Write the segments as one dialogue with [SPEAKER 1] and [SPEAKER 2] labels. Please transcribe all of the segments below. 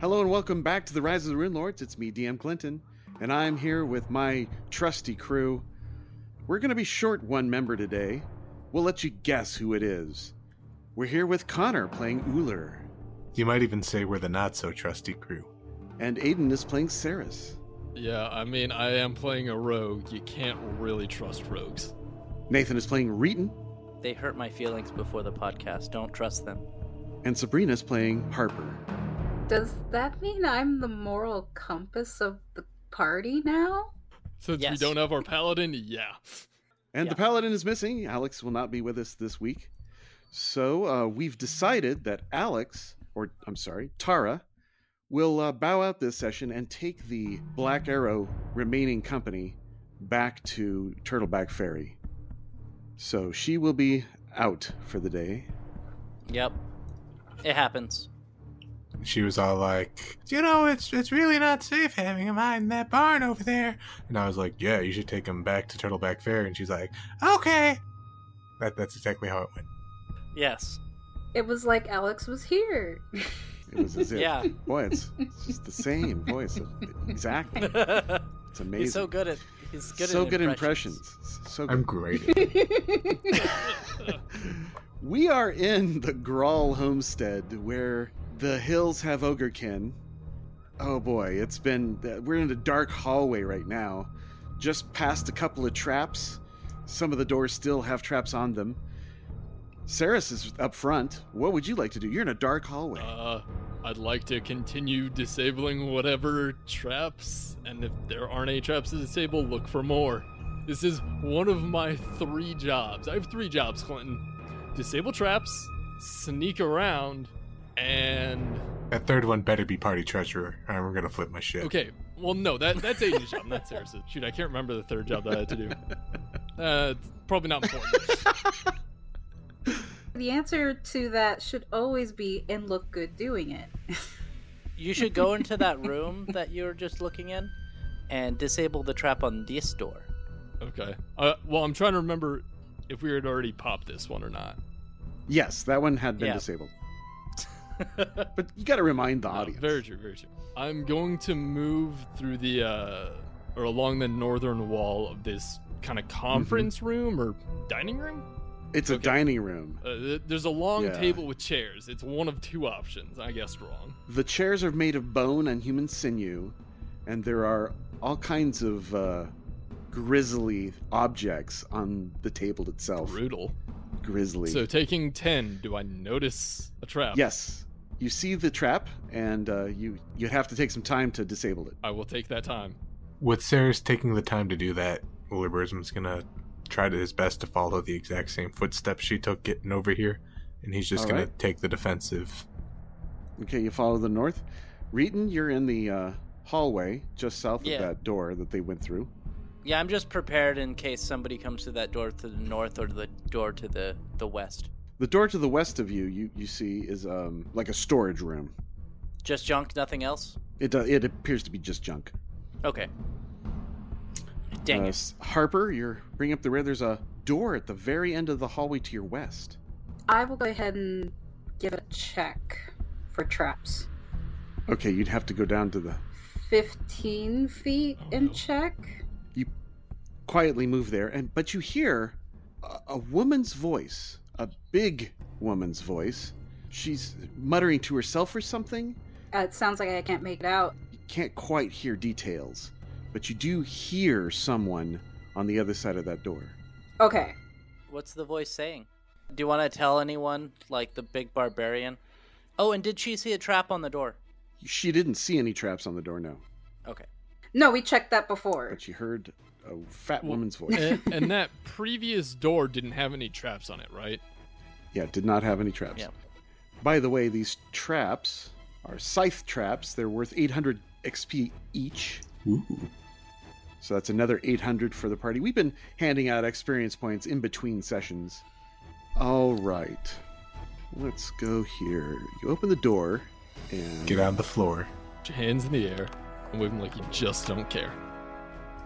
[SPEAKER 1] Hello and welcome back to the Rise of the Rune Lords. It's me, DM Clinton, and I'm here with my trusty crew. We're going to be short one member today. We'll let you guess who it is. We're here with Connor playing Uller,
[SPEAKER 2] You might even say we're the not so trusty crew.
[SPEAKER 1] and Aiden is playing Ceres.
[SPEAKER 3] Yeah, I mean, I am playing a rogue. You can't really trust rogues.
[SPEAKER 1] Nathan is playing Reeton,
[SPEAKER 4] They hurt my feelings before the podcast. Don't trust them.
[SPEAKER 1] and Sabrina is playing Harper.
[SPEAKER 5] Does that mean I'm the moral compass of the party now?
[SPEAKER 3] Since we
[SPEAKER 4] Yes.
[SPEAKER 3] don't have our paladin, yeah.
[SPEAKER 1] And
[SPEAKER 4] Yeah.
[SPEAKER 1] the paladin is missing. Alex will not be with us this week. So uh, we've decided that Alex, or I'm sorry, Tara, will uh, bow out this session and take the Black Arrow remaining company back to Turtleback Ferry. So she will be out for the day.
[SPEAKER 4] Yep. It happens.
[SPEAKER 2] She was all like, "You know, it's it's really not safe having him hide in that barn over there." And I was like, "Yeah, you should take him back to Turtleback Fair." And she's like, "Okay." That that's exactly how it went.
[SPEAKER 4] Yes.
[SPEAKER 5] It was like Alex was here.
[SPEAKER 1] It was as if.
[SPEAKER 4] Yeah.
[SPEAKER 1] Boy, it's, it's just the same voice. Exactly. It's amazing.
[SPEAKER 4] he's so good at he's good
[SPEAKER 1] So
[SPEAKER 4] at
[SPEAKER 1] good
[SPEAKER 4] impressions.
[SPEAKER 1] impressions. So
[SPEAKER 2] I'm
[SPEAKER 1] good.
[SPEAKER 2] great.
[SPEAKER 1] we are in the Grawl homestead where the hills have ogrekin. Oh boy, it's been we're in a dark hallway right now. Just past a couple of traps. Some of the doors still have traps on them. Saris is up front. What would you like to do? You're in a dark hallway.
[SPEAKER 3] Uh, I'd like to continue disabling whatever traps, and if there aren't any traps to disable, look for more. This is one of my three jobs. I have three jobs, Clinton disable traps, sneak around, and.
[SPEAKER 2] That third one better be party treasurer, or I'm gonna flip my shit.
[SPEAKER 3] Okay, well, no, that that's Aiden's job, not Sarah's. Shoot, I can't remember the third job that I had to do. Uh, it's probably not important.
[SPEAKER 5] the answer to that should always be and look good doing it.
[SPEAKER 4] You should go into that room that you were just looking in and disable the trap on this door.
[SPEAKER 3] Okay. Uh, well, I'm trying to remember if we had already popped this one or not.
[SPEAKER 1] yes, that one had been
[SPEAKER 4] Yeah.
[SPEAKER 1] disabled. But you got to remind the
[SPEAKER 3] No,
[SPEAKER 1] audience.
[SPEAKER 3] Uh, very true, very true. I'm going to move through the uh, or along the northern wall of this
[SPEAKER 1] Mm-hmm.
[SPEAKER 3] kind of conference room or dining room.
[SPEAKER 1] It's a
[SPEAKER 3] Okay.
[SPEAKER 1] dining room.
[SPEAKER 3] Uh, th- there's a long
[SPEAKER 1] Yeah.
[SPEAKER 3] table with chairs. It's one of two options. I guessed wrong.
[SPEAKER 1] The chairs are made of bone and human sinew, and there are all kinds of uh, grisly objects on the table itself.
[SPEAKER 3] Brutal.
[SPEAKER 1] Grisly.
[SPEAKER 3] So taking ten, do I notice a trap?
[SPEAKER 1] yes, you see the trap, and uh, you you have to take some time to disable it.
[SPEAKER 3] I will take that time.
[SPEAKER 2] With Sarah's taking the time to do that, Wilburism's gonna try to his best to follow the exact same footsteps she took getting over here, and he's just
[SPEAKER 1] All
[SPEAKER 2] gonna
[SPEAKER 1] right.
[SPEAKER 2] take the defensive.
[SPEAKER 1] Okay, you follow the north. Reeton, you're in the uh, hallway just south
[SPEAKER 4] Yeah.
[SPEAKER 1] of that door that they went through.
[SPEAKER 4] Yeah, I'm just prepared in case somebody comes to that door to the north or the door to the the west.
[SPEAKER 1] The door to the west of you, you, you see, is um, like a storage room.
[SPEAKER 4] Just junk, nothing else.
[SPEAKER 1] It do- it appears to be just junk.
[SPEAKER 4] Okay. Dang
[SPEAKER 1] Uh,
[SPEAKER 4] it.
[SPEAKER 1] S- Harper, you're bringing up the rear. There's a door at the very end of the hallway to your west.
[SPEAKER 5] I will go ahead and give a check for traps.
[SPEAKER 1] Okay, you'd have to go down to the.
[SPEAKER 5] 15 feet
[SPEAKER 3] Oh,
[SPEAKER 5] and
[SPEAKER 3] no.
[SPEAKER 5] check.
[SPEAKER 1] You quietly move there, and but you hear a, a woman's voice, a big woman's voice. She's muttering to herself or something.
[SPEAKER 5] Uh, it sounds like I can't make it out.
[SPEAKER 1] You can't quite hear details, but you do hear someone on the other side of that door.
[SPEAKER 5] Okay.
[SPEAKER 4] What's the voice saying? Do you want to tell anyone, like the big barbarian? Oh, and did she see a trap on the door?
[SPEAKER 1] She didn't see any traps on the door, no,
[SPEAKER 4] Okay.
[SPEAKER 5] No, we checked that before.
[SPEAKER 1] but she heard a fat
[SPEAKER 3] Well,
[SPEAKER 1] woman's voice.
[SPEAKER 3] and, and that previous door didn't have any traps on it, right?
[SPEAKER 1] yeah, did not have any traps.
[SPEAKER 4] Yeah.
[SPEAKER 1] By the way, these traps are scythe traps. They're worth 800 XP each.
[SPEAKER 2] Ooh.
[SPEAKER 1] So that's another 800 for the party. We've been handing out experience points in between sessions. All right. Let's go here. You open the door and
[SPEAKER 2] Get on the floor.
[SPEAKER 3] Put your hands in the air and wave them like you just don't care.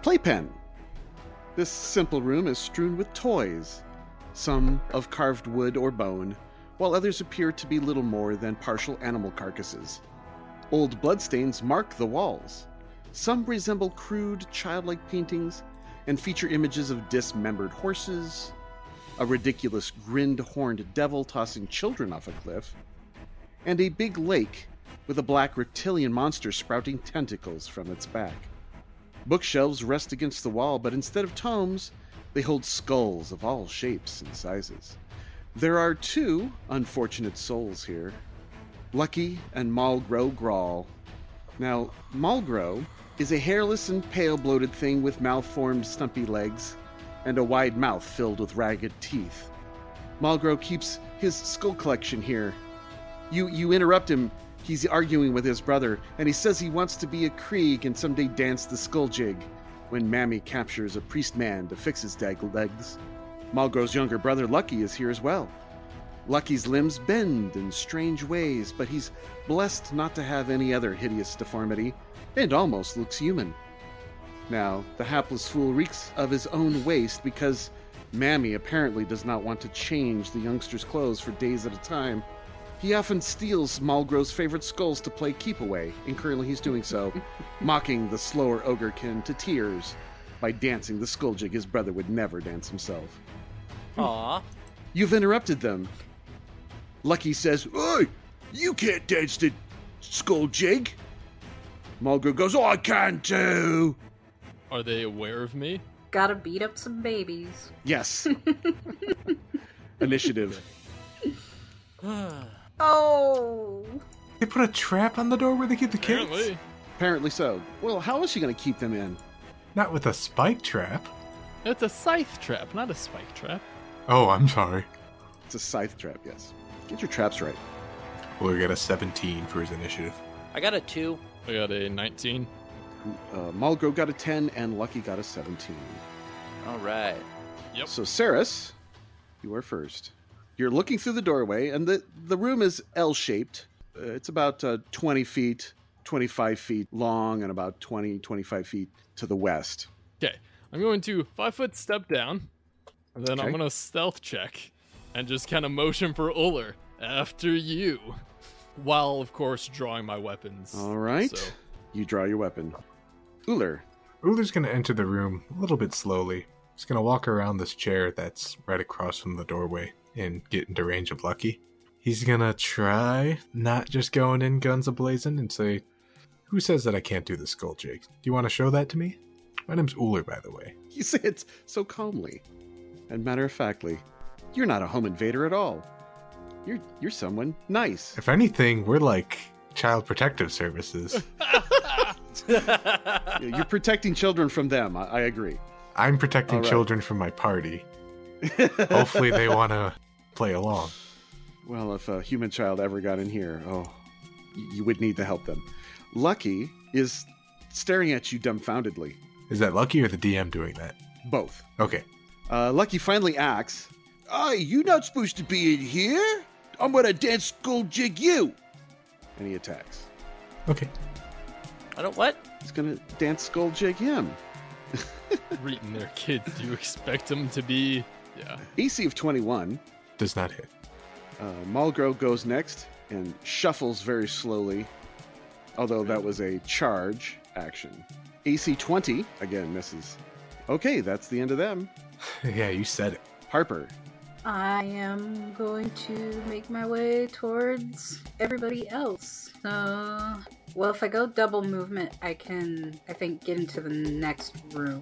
[SPEAKER 1] playpen. This simple room is strewn with toys, some of carved wood or bone, while others appear to be little more than partial animal carcasses. Old bloodstains mark the walls. Some resemble crude, childlike paintings and feature images of dismembered horses, a ridiculous grinned horned devil tossing children off a cliff, and a big lake with a black reptilian monster sprouting tentacles from its back. Bookshelves rest against the wall, but instead of tomes, they hold skulls of all shapes and sizes. There are two unfortunate souls here Lucky and Malgro Grawl. Now, Malgro is a hairless and pale bloated thing with malformed, stumpy legs and a wide mouth filled with ragged teeth. Malgro keeps his skull collection here. You, you interrupt him. He's arguing with his brother, and he says he wants to be a Krieg and someday dance the skull jig when Mammy captures a priest man to fix his dag- legs. Malgro's younger brother Lucky is here as well. Lucky's limbs bend in strange ways, but he's blessed not to have any other hideous deformity and almost looks human. Now, the hapless fool reeks of his own waste because Mammy apparently does not want to change the youngster's clothes for days at a time. He often steals Malgro's favorite skulls to play keep away, and currently he's doing so, mocking the slower ogrekin to tears by dancing the skull jig his brother would never dance himself.
[SPEAKER 4] Aw.
[SPEAKER 1] You've interrupted them. Lucky says, Oi, you can't dance the skull jig. Mulgrew goes, I can too.
[SPEAKER 3] Are they aware of me?
[SPEAKER 5] Gotta beat up some babies.
[SPEAKER 1] Yes. Initiative.
[SPEAKER 5] Oh!
[SPEAKER 2] They put a trap on the door where they keep the kids.
[SPEAKER 3] Apparently.
[SPEAKER 1] Apparently so. Well, how is she going to keep them in?
[SPEAKER 2] Not with a spike trap.
[SPEAKER 3] That's a scythe trap, not a spike trap.
[SPEAKER 2] Oh, I'm sorry.
[SPEAKER 1] It's a scythe trap, yes. Get your traps right.
[SPEAKER 2] Well, we got a 17 for his initiative.
[SPEAKER 4] I got a two.
[SPEAKER 3] I got a 19.
[SPEAKER 1] Uh, Mulgrew got a 10 and Lucky got a 17.
[SPEAKER 4] All right.
[SPEAKER 3] Yep.
[SPEAKER 1] So, Saris, you are first. You're looking through the doorway, and the, the room is L shaped. Uh, it's about uh, 20 feet, 25 feet long, and about 20, 25 feet to the west.
[SPEAKER 3] Okay, I'm going to five foot step down, and then I'm
[SPEAKER 1] Okay.
[SPEAKER 3] going to stealth check and just kind of motion for Uller after you, while of course drawing my weapons.
[SPEAKER 1] All right.
[SPEAKER 3] So,
[SPEAKER 1] You draw your weapon. Uller.
[SPEAKER 2] Uler's gonna enter the room a little bit slowly. He's gonna walk around this chair that's right across from the doorway and get into range of Lucky. He's gonna try not just going in guns a blazing and say, Who says that I can't do the skull jig? Do you wanna show that to me? My name's Uller, by the way.
[SPEAKER 1] You say it so calmly and matter of factly. You're not a home invader at all. You're you're someone nice.
[SPEAKER 2] If anything, we're like child protective services.
[SPEAKER 1] You- You're protecting children from them. I, I agree.
[SPEAKER 2] I'm protecting
[SPEAKER 1] All right.
[SPEAKER 2] children from my party. Hopefully, they wanna play along.
[SPEAKER 1] Well, if a human child ever got in here, oh, y- you would need to help them. Lucky is staring at you dumbfoundedly.
[SPEAKER 2] Is that Lucky or the DM doing that?
[SPEAKER 1] Both.
[SPEAKER 2] Okay.
[SPEAKER 1] Uh, Lucky finally acts. Aye, you not supposed to be in here. I'm gonna dance skull jig you. And he attacks.
[SPEAKER 2] Okay.
[SPEAKER 4] I don't what?
[SPEAKER 1] He's gonna dance skull jig him.
[SPEAKER 3] reading their kids, do you expect them to be? Yeah.
[SPEAKER 1] AC E of 21.
[SPEAKER 2] Does not hit.
[SPEAKER 1] Uh, Malgro goes next and shuffles very slowly, although that was a charge action. AC 20, again, misses. Okay, that's the end of them.
[SPEAKER 2] yeah, you said it.
[SPEAKER 1] Harper,
[SPEAKER 5] I am going to make my way towards everybody else. So, well, if I go double movement, I can, I think, get into the next room.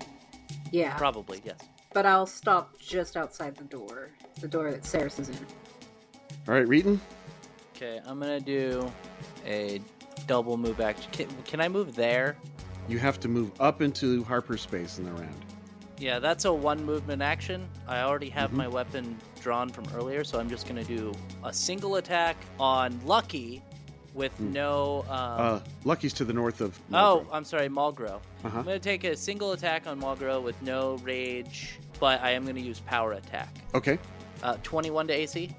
[SPEAKER 5] Yeah,
[SPEAKER 4] Probably, yes.
[SPEAKER 5] but I'll stop just outside the door, the door that Saris is in.
[SPEAKER 1] All right, Reeton.
[SPEAKER 4] Okay, I'm gonna do a double move action. Can, can I move there?
[SPEAKER 1] You have to move up into Harper's space in the round.
[SPEAKER 4] Yeah, that's a one movement action. I already have my weapon drawn from earlier, so I'm just gonna do a single attack on Lucky with no. Um,
[SPEAKER 1] Uh, Lucky's to the north of. Malgro.
[SPEAKER 4] oh, I'm sorry, Malgro.
[SPEAKER 1] Uh-huh.
[SPEAKER 4] I'm gonna take a single attack on Malgro with no rage, but I am gonna use power attack.
[SPEAKER 1] Okay.
[SPEAKER 4] Uh, 21 to AC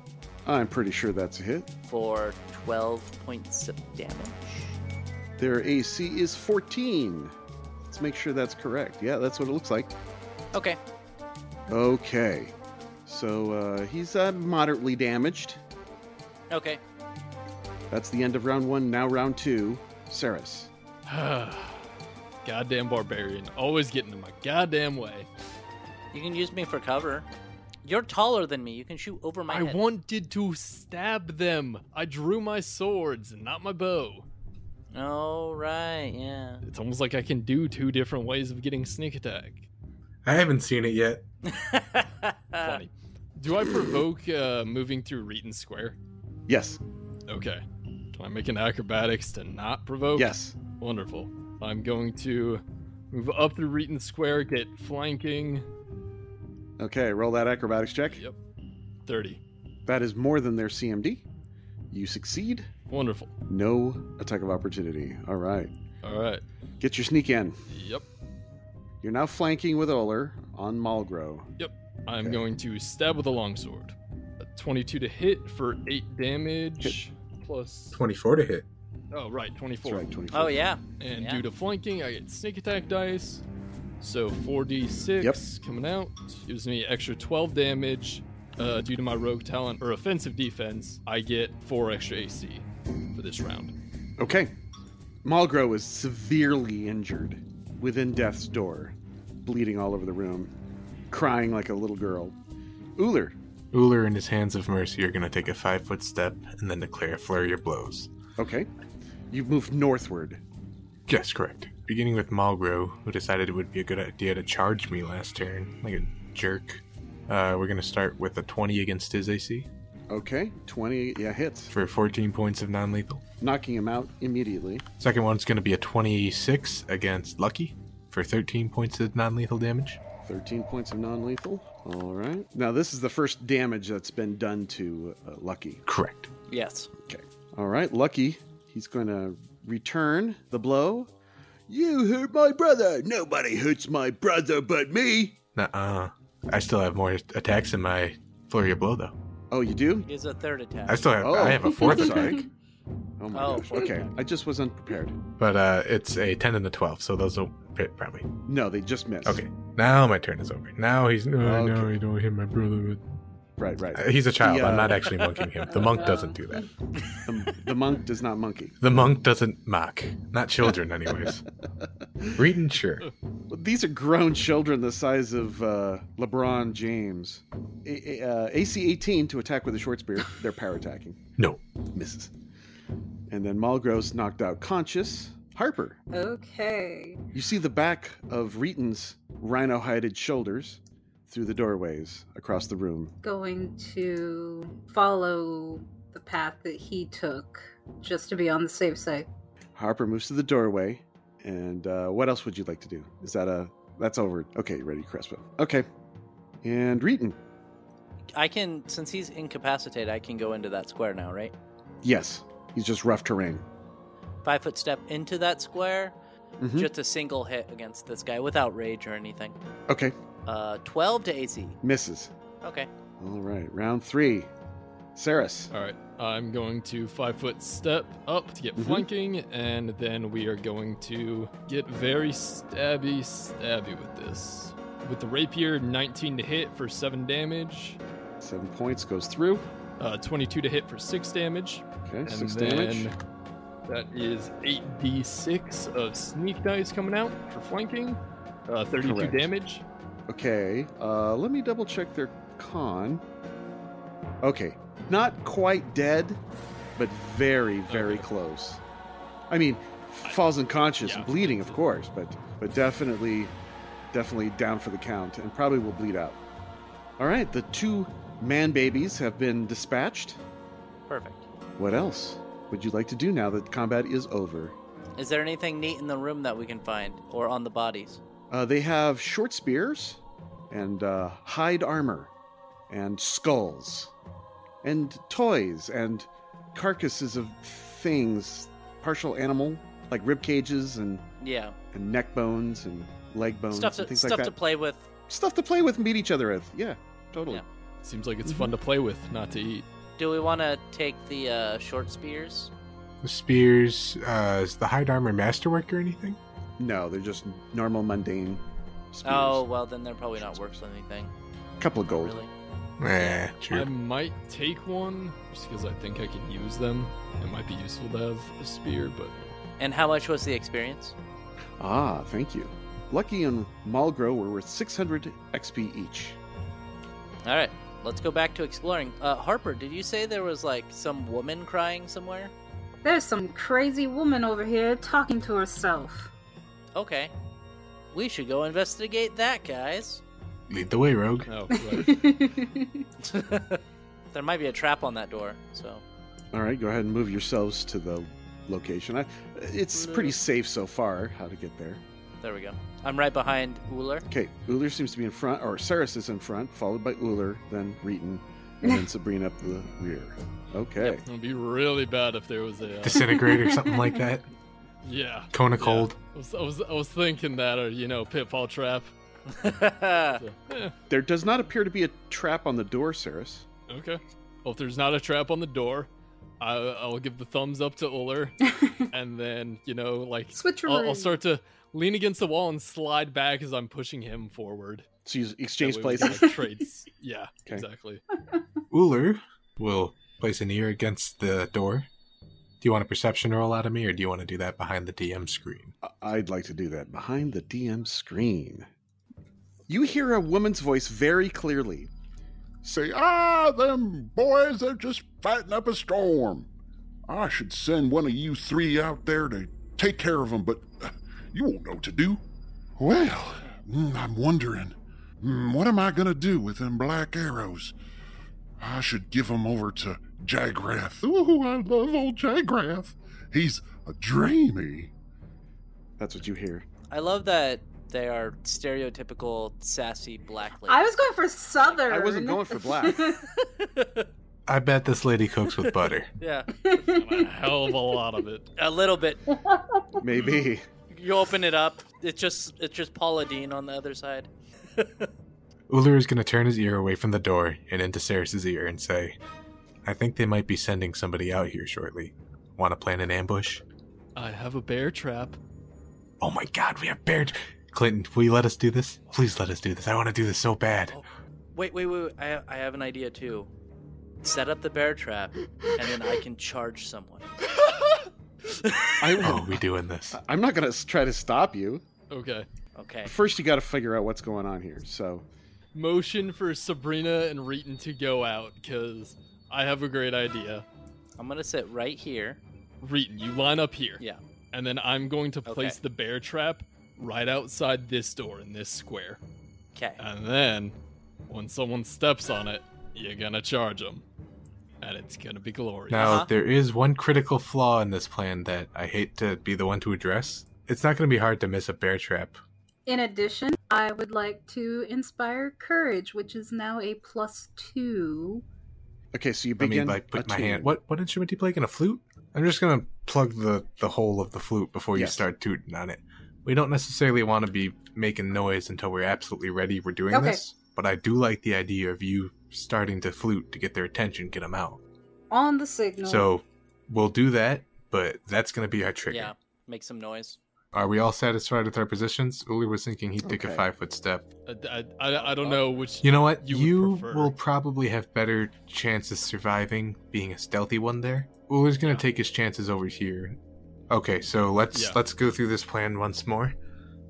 [SPEAKER 1] I'm pretty sure that's a hit.
[SPEAKER 4] for 12 points of damage.
[SPEAKER 1] Their AC is 14. Let's make sure that's correct. Yeah, that's what it looks like.
[SPEAKER 4] Okay.
[SPEAKER 1] Okay. So uh, he's uh, moderately damaged.
[SPEAKER 4] Okay.
[SPEAKER 1] That's the end of round one. Now round two. Saris.
[SPEAKER 3] goddamn barbarian, always getting in my goddamn way.
[SPEAKER 4] You can use me for cover. You're taller than me. You can shoot over my
[SPEAKER 3] I
[SPEAKER 4] head.
[SPEAKER 3] wanted to stab them. I drew my swords and not my bow.
[SPEAKER 4] Oh right, yeah.
[SPEAKER 3] It's almost like I can do two different ways of getting sneak attack.
[SPEAKER 2] I haven't seen it yet.
[SPEAKER 4] Uh,
[SPEAKER 3] Funny. Do I provoke uh, moving through Reeton Square?
[SPEAKER 1] Yes.
[SPEAKER 3] Okay. Can I make an acrobatics to not provoke?
[SPEAKER 1] Yes.
[SPEAKER 3] Wonderful. I'm going to move up through Reeton Square, get flanking.
[SPEAKER 1] Okay, roll that acrobatics check.
[SPEAKER 3] Yep. 30.
[SPEAKER 1] That is more than their CMD. You succeed.
[SPEAKER 3] Wonderful.
[SPEAKER 1] No attack of opportunity. All right.
[SPEAKER 3] All right.
[SPEAKER 1] Get your sneak in.
[SPEAKER 3] Yep.
[SPEAKER 1] You're now flanking with Oler on Malgro.
[SPEAKER 3] I'm
[SPEAKER 1] Okay.
[SPEAKER 3] going to stab with a longsword. A 22 to hit for 8 damage. Plus.
[SPEAKER 2] 24 to hit.
[SPEAKER 3] Oh, right. 24.
[SPEAKER 1] That's right, 24.
[SPEAKER 4] Oh yeah.
[SPEAKER 3] And
[SPEAKER 4] Yeah.
[SPEAKER 3] due to flanking, I get sneak attack dice. So 4d6 coming out gives me extra 12 damage. Uh, due to my rogue talent or offensive defense, I get 4 extra AC for this round.
[SPEAKER 1] Okay. Malgro is severely injured within death's door, bleeding all over the room, crying like a little girl. Uller,
[SPEAKER 2] Uller in his hands of mercy are going to take a five foot step and then declare a flurry of blows.
[SPEAKER 1] okay. You've moved northward.
[SPEAKER 2] Yes, correct. Beginning with Malgro, who decided it would be a good idea to charge me last turn, like a jerk. Uh, we're going to start with a 20 against his AC
[SPEAKER 1] Okay. 20, yeah, hits.
[SPEAKER 2] for 14 points of non lethal.
[SPEAKER 1] Knocking him out immediately.
[SPEAKER 2] Second one's going to be a 26 against Lucky for 13 points of non lethal damage.
[SPEAKER 1] 13 points of non lethal. All right. Now, this is the first damage that's been done to uh, Lucky.
[SPEAKER 2] Correct.
[SPEAKER 4] Yes.
[SPEAKER 1] Okay. All right, Lucky. He's going to return the blow. You hurt my brother. Nobody hurts my brother but me.
[SPEAKER 2] Nuh uh. I still have more attacks in my flurry of blow, though.
[SPEAKER 1] Oh, you do?
[SPEAKER 4] He's a third attack.
[SPEAKER 2] I still have,
[SPEAKER 1] Oh,
[SPEAKER 2] I have a fourth attack,
[SPEAKER 1] sorry. Oh my
[SPEAKER 4] Oh,
[SPEAKER 1] gosh.
[SPEAKER 4] fourth
[SPEAKER 1] Okay,
[SPEAKER 4] attack.
[SPEAKER 1] I just was unprepared.
[SPEAKER 2] but uh, it's a 10 and a 12, so those will hit probably.
[SPEAKER 1] No, they just missed.
[SPEAKER 2] Okay, now my turn is over. Now he's no, no,
[SPEAKER 1] Okay.
[SPEAKER 2] you don't hit my brother. with-"
[SPEAKER 1] Right, right.
[SPEAKER 2] Uh, He's a child.
[SPEAKER 1] The, uh,
[SPEAKER 2] I'm not actually monking him. The monk doesn't do that.
[SPEAKER 1] The, the monk does not monkey.
[SPEAKER 2] The monk doesn't mock. Not children, anyways. Reading, sure.
[SPEAKER 1] These are grown children the size of uh, LeBron James. A- a- uh, AC 18 to attack with a short spear. They're power attacking.
[SPEAKER 2] No.
[SPEAKER 1] Misses. And then Malgro's knocked out conscious. Harper,
[SPEAKER 5] Okay.
[SPEAKER 1] you see the back of Reeton's rhino-hided shoulders through the doorways across the room.
[SPEAKER 5] Going to follow the path that he took just to be on the safe side.
[SPEAKER 1] Harper moves to the doorway. And uh, what else would you like to do? Is that a. That's over. Okay, ready, Crespo. Okay. And Reeton.
[SPEAKER 4] I can, since he's incapacitated, I can go into that square now, right?
[SPEAKER 1] Yes, he's just rough terrain.
[SPEAKER 4] Five foot step into that square,
[SPEAKER 1] Mhm.
[SPEAKER 4] just a single hit against this guy without rage or anything.
[SPEAKER 1] Okay,
[SPEAKER 4] Uh, 12 to AC.
[SPEAKER 1] misses.
[SPEAKER 4] Okay.
[SPEAKER 1] All right, round three. Saris.
[SPEAKER 3] All right. I'm going to five foot step up to get
[SPEAKER 1] Mhm.
[SPEAKER 3] flanking, and then we are going to get very stabby, stabby with this. With the rapier, 19 to hit for 7 damage,
[SPEAKER 1] Seven points goes through.
[SPEAKER 3] uh, 22 to hit for 6 damage,
[SPEAKER 1] Okay,
[SPEAKER 3] and
[SPEAKER 1] six
[SPEAKER 3] then
[SPEAKER 1] damage.
[SPEAKER 3] that is 8d6 of sneak dice coming out for flanking, uh, 32
[SPEAKER 1] Correct.
[SPEAKER 3] damage.
[SPEAKER 1] Okay, uh, let me double check their con. Okay, not quite dead, but very, very
[SPEAKER 3] Okay.
[SPEAKER 1] close. I mean, falls unconscious and
[SPEAKER 3] yeah.
[SPEAKER 1] bleeding, of course, but but definitely, definitely down for the count, and probably will bleed out. All right, the two man babies have been dispatched.
[SPEAKER 4] Perfect.
[SPEAKER 1] What else would you like to do now that combat is over?
[SPEAKER 4] Is there anything neat in the room that we can find or on the bodies?
[SPEAKER 1] Uh, they have short spears and uh, hide armor and skulls and toys and carcasses of things, partial animal, like rib cages and,
[SPEAKER 4] Yeah.
[SPEAKER 1] and neck bones and leg bones
[SPEAKER 4] stuff
[SPEAKER 1] Oh, and
[SPEAKER 4] to,
[SPEAKER 1] things
[SPEAKER 4] stuff
[SPEAKER 1] like that.
[SPEAKER 4] to play with.
[SPEAKER 1] Stuff to play with and beat each other with. Yeah, totally.
[SPEAKER 4] Yeah.
[SPEAKER 3] Seems like it's fun to play with, not to eat.
[SPEAKER 4] Do we want to take the uh, short spears?
[SPEAKER 2] The spears. Uh, is the hide armor masterwork or anything?
[SPEAKER 1] No, they're just normal, mundane spears.
[SPEAKER 4] Oh, well, then they're probably not worth anything.
[SPEAKER 1] couple of gold.
[SPEAKER 4] Really?
[SPEAKER 2] Eh, true.
[SPEAKER 3] I might take one just because I think I can use them. It might be useful to have a spear, but
[SPEAKER 4] And how much was the experience?
[SPEAKER 1] Ah, thank you. Lucky and Malgro were worth 600 XP each.
[SPEAKER 4] All right, let's go back to exploring. Uh, Harper, did you say there was like some woman crying somewhere?
[SPEAKER 5] There's some crazy woman over here talking to herself.
[SPEAKER 4] Okay, we should go investigate that, guys.
[SPEAKER 2] Lead the way, Rogue.
[SPEAKER 3] Oh, right.
[SPEAKER 4] there might be a trap on that door, so
[SPEAKER 1] All right, go ahead and move yourselves to the location. I, it's pretty safe so far how to get there.
[SPEAKER 4] there we go. I'm right behind Uller.
[SPEAKER 1] Okay, Uller seems to be in front, or Saris is in front, followed by Uller, then Reeton, and then Sabrina up the rear. Okay.
[SPEAKER 3] It would be really bad if there was a. Uh,
[SPEAKER 2] Disintegrate or something like that.
[SPEAKER 3] yeah.
[SPEAKER 2] Cone of
[SPEAKER 3] Yeah.
[SPEAKER 2] cold.
[SPEAKER 3] I was, I, was, I was thinking that, or, you know, pitfall trap.
[SPEAKER 1] Ah.
[SPEAKER 4] All
[SPEAKER 3] So, eh,
[SPEAKER 1] There does not appear to be a trap on the door, Saris.
[SPEAKER 3] okay. Well, if there's not a trap on the door, I, I'll give the thumbs up to Uller, and then, you know, like,
[SPEAKER 5] Switcheroo.
[SPEAKER 3] I'll, I'll start to lean against the wall and slide back as I'm pushing him forward.
[SPEAKER 1] So you exchange
[SPEAKER 3] That way we
[SPEAKER 1] places.
[SPEAKER 3] can, like, trade s- Yeah,
[SPEAKER 1] Okay.
[SPEAKER 3] exactly.
[SPEAKER 2] Uller will place an ear against the door. Do you want a perception roll out of me, or do you want to do that behind the DM screen?
[SPEAKER 1] I- I'd like to do that behind the DM screen. You hear a woman's voice very clearly.
[SPEAKER 6] Say, ah, them boys, they're just fighting up a storm. I should send one of you three out there to take care of them, but uh, you won't know what to do. Well, mm, I'm wondering, mm, what am I going to do with them black arrows? I should give 'em over to Jagrath. Ooh, I love old Jagrath. He's a dreamy.
[SPEAKER 1] That's what you hear.
[SPEAKER 4] I love that they are stereotypical sassy black ladies.
[SPEAKER 5] I was going for Southern.
[SPEAKER 1] I wasn't going for black.
[SPEAKER 2] I bet this lady cooks with butter.
[SPEAKER 4] yeah,
[SPEAKER 3] A hell of a lot of it.
[SPEAKER 4] a little bit.
[SPEAKER 1] Maybe.
[SPEAKER 4] You open it up. It's just it's just Paula Dean on the other side.
[SPEAKER 2] Uller is going to turn his ear away from the door and into Saris's ear and say, I think they might be sending somebody out here shortly. Want to plan an ambush?
[SPEAKER 3] I have a bear trap.
[SPEAKER 2] Oh my god, we have bear. Clinton, will you let us do this? Please let us do this. I want to do this so bad.
[SPEAKER 4] Wait, wait, wait. wait. I I have an idea too. Set up the bear trap, and then I can charge someone.
[SPEAKER 1] I will.
[SPEAKER 2] Oh, we doing this.
[SPEAKER 1] I- I'm not going to try to stop you.
[SPEAKER 3] Okay.
[SPEAKER 4] Okay.
[SPEAKER 1] First, you got to figure out what's going on here. So,
[SPEAKER 3] Motion for Sabrina and Reeton to go out, because I have a great idea.
[SPEAKER 4] I'm gonna sit right here.
[SPEAKER 3] Reeton, you line up here.
[SPEAKER 4] Yeah.
[SPEAKER 3] And then I'm going to place
[SPEAKER 4] Okay.
[SPEAKER 3] the bear trap right outside this door in this square.
[SPEAKER 4] Okay.
[SPEAKER 2] Uh,
[SPEAKER 3] And then, when someone steps on it, you're gonna charge them. And it's gonna be glorious.
[SPEAKER 2] Now,
[SPEAKER 4] Uh-huh.
[SPEAKER 2] there is one critical flaw in this plan that I hate to be the one to address. It's not going to be hard to miss a bear trap.
[SPEAKER 5] In addition, I would like to inspire courage, which is now a plus two.
[SPEAKER 1] okay, so you
[SPEAKER 2] I
[SPEAKER 1] begin.
[SPEAKER 2] mean, like, put
[SPEAKER 1] a
[SPEAKER 2] my
[SPEAKER 1] tune.
[SPEAKER 2] hand. What what instrument do you play? Can a flute? I'm just going to plug the, the hole of the flute before you
[SPEAKER 1] Yes.
[SPEAKER 2] start tooting on it. We don't necessarily want to be making noise until we're absolutely ready we're doing
[SPEAKER 5] Okay.
[SPEAKER 2] this, but I do like the idea of you starting to flute to get their attention, get them out.
[SPEAKER 5] On the signal.
[SPEAKER 2] So we'll do that, but that's going to be our trigger.
[SPEAKER 4] Yeah. Make some noise.
[SPEAKER 2] Are we all satisfied with our positions? Uli was thinking he'd take a
[SPEAKER 1] Okay.
[SPEAKER 2] five foot step.
[SPEAKER 3] I, I, I- I don't know which.
[SPEAKER 2] You know what?
[SPEAKER 3] You
[SPEAKER 2] You,
[SPEAKER 3] would prefer.
[SPEAKER 2] will probably have better chances surviving being a stealthy one there. Uli's gonna
[SPEAKER 3] Yeah.
[SPEAKER 2] take his chances over here. Okay, so let's
[SPEAKER 3] Yeah.
[SPEAKER 2] let's go through this plan once more.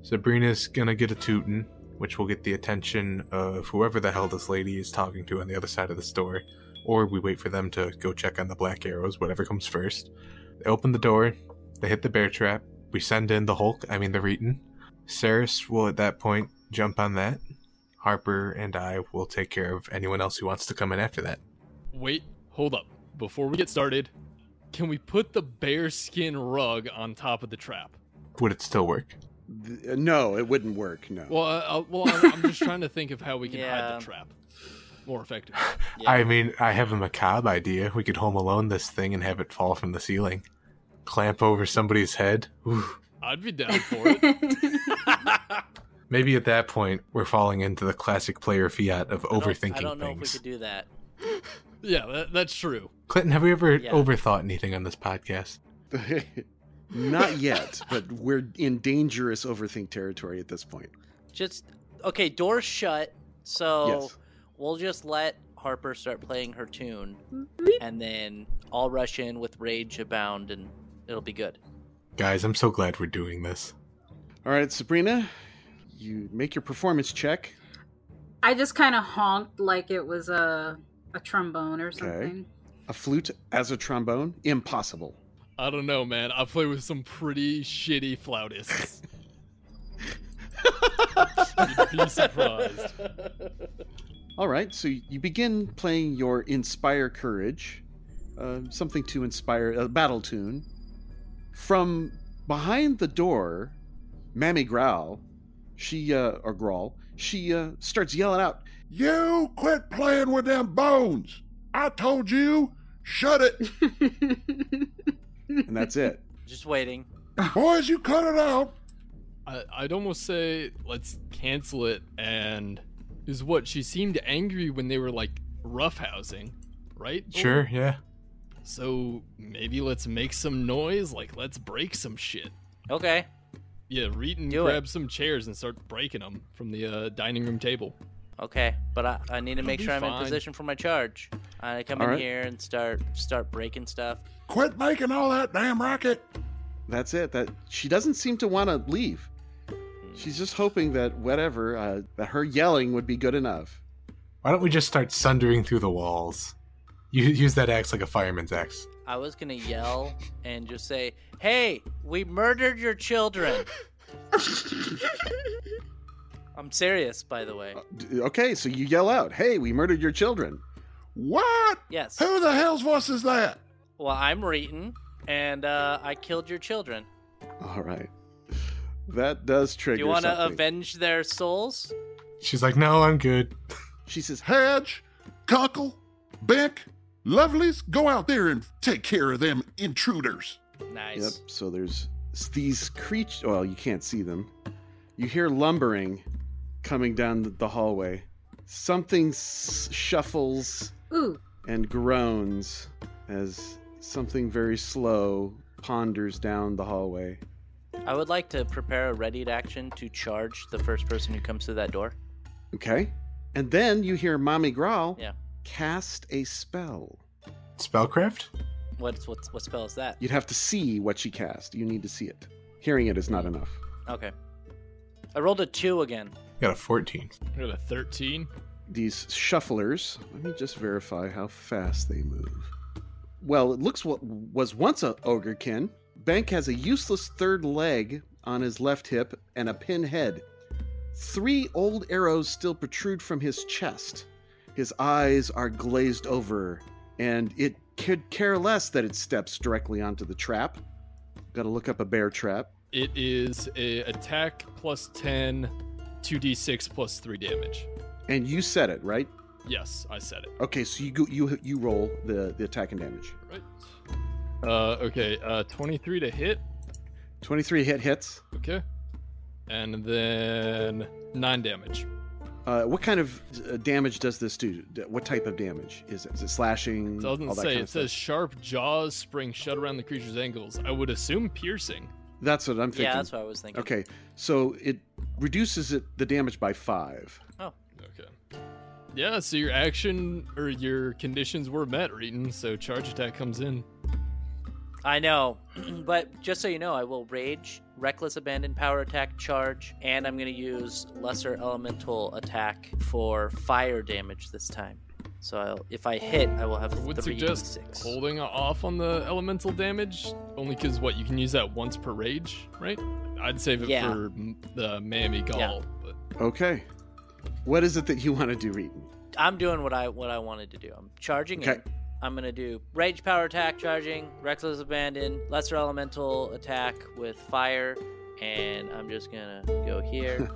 [SPEAKER 2] Sabrina's gonna get a tootin', which will get the attention of whoever the hell this lady is talking to on the other side of the store, or we wait for them to go check on the black arrows, whatever comes first. They open the door, they hit the bear trap, we send in the Hulk, I mean the Reeton. Saris will at that point jump on that. Harper and I will take care of anyone else who wants to come in after that.
[SPEAKER 3] Wait, hold up. Before we get started, can we put the bear skin rug on top of the trap?
[SPEAKER 2] Would it still work?
[SPEAKER 1] Th- uh, no, it wouldn't work. No.
[SPEAKER 3] Well, uh, uh, well I'm, I'm just trying to think of how we can hide
[SPEAKER 4] Yeah.
[SPEAKER 3] the trap more effectively.
[SPEAKER 4] Yeah.
[SPEAKER 2] I mean, I have a macabre idea. We could home alone this thing and have it fall from the ceiling, clamp over somebody's head. Ooh.
[SPEAKER 3] I'd be down for it.
[SPEAKER 2] Maybe at that point, we're falling into the classic player fiat of
[SPEAKER 4] I don't-
[SPEAKER 2] overthinking
[SPEAKER 4] I don't know if we
[SPEAKER 2] things.
[SPEAKER 4] could do that.
[SPEAKER 3] Yeah, that, that's true.
[SPEAKER 2] Clinton, have we ever
[SPEAKER 4] Yeah.
[SPEAKER 2] overthought anything on this podcast?
[SPEAKER 1] not yet, but we're in dangerous overthink territory at this point.
[SPEAKER 4] Just okay. Doors shut. So
[SPEAKER 1] Yes.
[SPEAKER 4] we'll just let Harper start playing her tune, and then I'll rush in with rage abound, and it'll be good.
[SPEAKER 2] Guys, I'm so glad we're doing this.
[SPEAKER 1] All right, Sabrina, you make your performance check.
[SPEAKER 5] I just kind of honked like it was a a trombone or something.
[SPEAKER 1] A flute as a trombone? Impossible.
[SPEAKER 3] I don't know, man. I play with some pretty shitty flautists. You'd be surprised.
[SPEAKER 1] All right, so you begin playing your Inspire Courage, uh, something to inspire a battle tune. From behind the door, Mammy Growl, she uh, or Growl, she uh, starts yelling out,
[SPEAKER 6] You quit playing with them bones. I told you, shut it.
[SPEAKER 1] and that's it.
[SPEAKER 4] Just waiting.
[SPEAKER 6] Boys, you cut it out.
[SPEAKER 3] I, I'd almost say let's cancel it and is what she seemed angry when they were like roughhousing, right?
[SPEAKER 2] Sure, yeah.
[SPEAKER 3] So maybe let's make some noise, like let's break some shit.
[SPEAKER 4] Okay.
[SPEAKER 3] Yeah, Reeton
[SPEAKER 4] Do it.
[SPEAKER 3] grabs some chairs and start breaking them from the uh, dining room table.
[SPEAKER 4] Okay. But I, I need to make
[SPEAKER 3] be
[SPEAKER 4] sure I'm in
[SPEAKER 3] fine.
[SPEAKER 4] position for my charge. I come in
[SPEAKER 1] Alright.
[SPEAKER 4] here and start start breaking stuff.
[SPEAKER 6] Quit making all that damn racket.
[SPEAKER 1] That's it. That she doesn't seem to want to leave. She's just hoping that whatever uh, that her yelling would be good enough.
[SPEAKER 2] Why don't we just start sundering through the walls? You use that axe like a fireman's axe.
[SPEAKER 4] I was gonna yell and just say, "Hey, we murdered your children." I'm serious, by the way.
[SPEAKER 1] Uh, D- Okay, so you yell out, "Hey, we murdered your children!"
[SPEAKER 6] What?
[SPEAKER 4] Yes.
[SPEAKER 6] Who the hell's voice is that?
[SPEAKER 4] Well, I'm Reeton, and uh, I killed your children.
[SPEAKER 1] All right, that does
[SPEAKER 4] Do
[SPEAKER 1] trigger.
[SPEAKER 4] you want to
[SPEAKER 1] something.
[SPEAKER 4] avenge their souls?
[SPEAKER 2] She's like, no, I'm good.
[SPEAKER 1] She says,
[SPEAKER 6] Hedge, Cockle, Beck, Lovelies, go out there and take care of them intruders.
[SPEAKER 4] Nice.
[SPEAKER 1] "Yep." So there's s- these creatures. Well, you can't see them. You hear lumbering coming down th- the hallway. Something s- shuffles
[SPEAKER 5] Ooh,
[SPEAKER 1] and groans as something very slow ponders down the hallway.
[SPEAKER 4] I would like to prepare a readied action to charge the first person who comes through that door.
[SPEAKER 1] Okay. And then you hear Mommy Growl
[SPEAKER 4] Yeah.
[SPEAKER 1] cast a spell.
[SPEAKER 2] Spellcraft?
[SPEAKER 4] What's what's what spell is that?
[SPEAKER 1] You'd have to see what she cast. You need to see it. Hearing it is not enough.
[SPEAKER 4] Okay. I rolled a two again.
[SPEAKER 2] Got a 14.
[SPEAKER 3] I got a 13.
[SPEAKER 1] These shufflers, let me just verify how fast they move. Well, it looks what was once a ogrekin. Bank has a useless third leg on his left hip and a pin head. Three old arrows still protrude from his chest. His eyes are glazed over, and it could care less that it steps directly onto the trap. Gotta look up a bear trap.
[SPEAKER 3] It is a attack plus 10, 2d6 plus 3 damage.
[SPEAKER 1] And you said it, right?
[SPEAKER 3] Yes, I said it.
[SPEAKER 1] Okay, so you go, you you roll the, the attack and damage.
[SPEAKER 3] Right. Uh, okay, uh, 23 to hit.
[SPEAKER 1] 23 hit hits.
[SPEAKER 3] Okay. And then 9 damage.
[SPEAKER 1] Uh, what kind of uh, damage does this do? D- What type of damage is it? Is it slashing?
[SPEAKER 3] It doesn't
[SPEAKER 1] Mm, all that
[SPEAKER 3] say.
[SPEAKER 1] kind
[SPEAKER 3] It
[SPEAKER 1] of
[SPEAKER 3] says
[SPEAKER 1] stuff?
[SPEAKER 3] sharp jaws spring shut around the creature's ankles. I would assume piercing.
[SPEAKER 1] That's what I'm thinking.
[SPEAKER 4] Yeah, that's what I was thinking.
[SPEAKER 1] Okay, so it reduces it the damage by five.
[SPEAKER 3] Okay. Yeah, so your action or your conditions were met, Reeton, so charge attack comes in.
[SPEAKER 4] I know, but just so you know, I will rage, reckless abandon, power attack, charge, and I'm going to use lesser elemental attack for fire damage this time. So I'll, if I hit, I will have
[SPEAKER 3] I would
[SPEAKER 4] three
[SPEAKER 3] suggest
[SPEAKER 4] six.
[SPEAKER 3] holding off on the elemental damage, only because what you can use that once per rage, right? I'd save it
[SPEAKER 4] Yeah.
[SPEAKER 3] for m- the Mammy Gall.
[SPEAKER 4] Yeah.
[SPEAKER 3] But
[SPEAKER 1] Okay. What is it that you want to do, Reeton?
[SPEAKER 4] I'm doing what I what I wanted to do. I'm charging
[SPEAKER 1] Okay.
[SPEAKER 4] in. I'm going to do rage, power attack, charging, reckless abandon, lesser elemental attack with fire, and I'm just going to go here.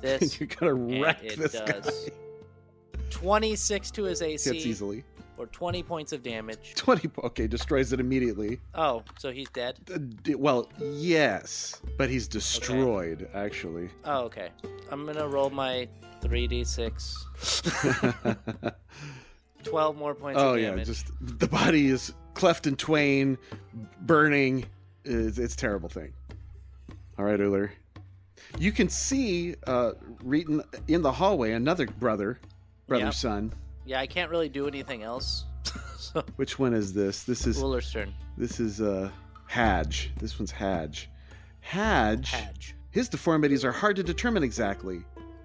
[SPEAKER 4] This
[SPEAKER 1] You're gonna
[SPEAKER 4] and
[SPEAKER 1] wreck
[SPEAKER 4] it
[SPEAKER 1] this
[SPEAKER 4] does
[SPEAKER 1] guy.
[SPEAKER 4] 26 to his AC.
[SPEAKER 1] Hits easily.
[SPEAKER 4] or 20 points of damage.
[SPEAKER 1] Twenty. po- Okay, destroys it immediately.
[SPEAKER 4] Oh, so he's dead?
[SPEAKER 1] Uh, d- Well, yes, but he's destroyed actually.
[SPEAKER 4] Oh, okay. I'm going to roll my 3d6. 12 more points
[SPEAKER 1] oh
[SPEAKER 4] of
[SPEAKER 1] yeah,
[SPEAKER 4] damage.
[SPEAKER 1] just the body is cleft in twain, burning. It's, it's a terrible thing. All right, Uller. You can see uh, Reeton in the hallway. Another brother, brother
[SPEAKER 4] Yep.
[SPEAKER 1] son.
[SPEAKER 4] Yeah, I can't really do anything else. so,
[SPEAKER 1] Which one is this? This is
[SPEAKER 4] Wooler's turn.
[SPEAKER 1] this is uh Hadge. This one's Hadge. Hadge.
[SPEAKER 4] Hadge.
[SPEAKER 1] His deformities are hard to determine exactly.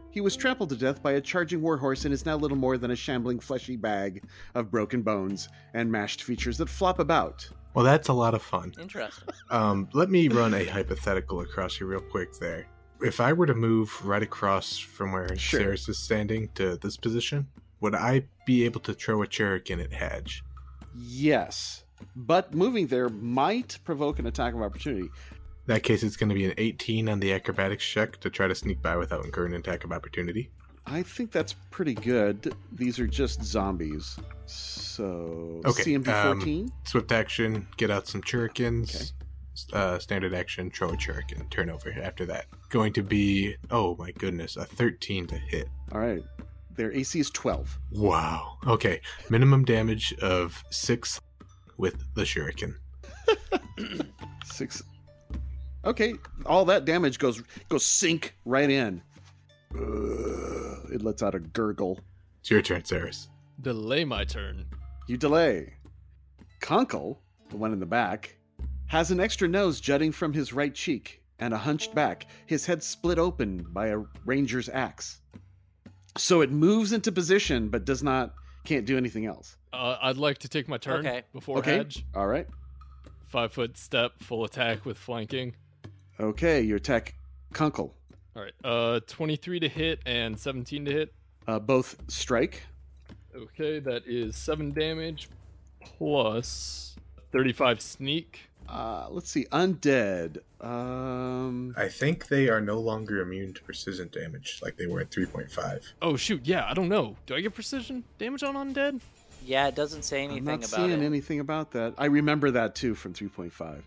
[SPEAKER 1] He was trampled to death by a charging warhorse and is now little more than a shambling fleshy bag of broken bones and mashed features that flop about.
[SPEAKER 2] Well, that's a lot of fun.
[SPEAKER 4] Interesting.
[SPEAKER 2] Um, let me run a hypothetical across you real quick there. If I were to move right across from where
[SPEAKER 1] Sure.
[SPEAKER 2] Ceres is standing to this position, would I be able to throw a shuriken at Hedge?
[SPEAKER 1] Yes, but moving there might provoke an attack of opportunity.
[SPEAKER 2] In that case, it's going to be an 18 on the acrobatics check to try to sneak by without incurring an attack of opportunity.
[SPEAKER 1] I think that's pretty good. These are just zombies. So,
[SPEAKER 2] Okay,
[SPEAKER 1] CMD 14?
[SPEAKER 2] Swift action, get out some shurikens. Uh, standard action, throw a shuriken. Turnover after that. Going to be, oh my goodness, a 13 to hit.
[SPEAKER 1] All right. Their AC is 12.
[SPEAKER 2] Wow. Okay. Minimum damage of six with the shuriken.
[SPEAKER 1] Six. Okay, all that damage goes goes sink right in. Ugh, it lets out a gurgle.
[SPEAKER 2] It's your turn, Ceres.
[SPEAKER 3] Delay my turn.
[SPEAKER 1] You delay. Conkle, the one in the back, has an extra nose jutting from his right cheek and a hunched back, his head split open by a ranger's axe. So it moves into position but does not can't do anything else.
[SPEAKER 3] Uh, I'd like to take my turn
[SPEAKER 4] Okay.
[SPEAKER 3] before
[SPEAKER 1] okay.
[SPEAKER 3] Hedge.
[SPEAKER 1] All right.
[SPEAKER 3] Five foot step, full attack with flanking.
[SPEAKER 1] Okay, you attack Conkle.
[SPEAKER 3] All right. Uh, 23 to hit and 17 to hit.
[SPEAKER 1] Uh, both strike.
[SPEAKER 3] Okay, that is seven damage plus 35 sneak.
[SPEAKER 1] Uh, let's see, undead. Um,
[SPEAKER 2] I think they are no longer immune to precision damage like they were at 3.5.
[SPEAKER 3] Oh shoot, yeah, I don't know. Do I get precision damage on undead?
[SPEAKER 4] Yeah, it doesn't say
[SPEAKER 1] I'm
[SPEAKER 4] anything
[SPEAKER 1] not
[SPEAKER 4] about
[SPEAKER 1] seeing
[SPEAKER 4] it.
[SPEAKER 1] anything about that. I remember that too from 3.5.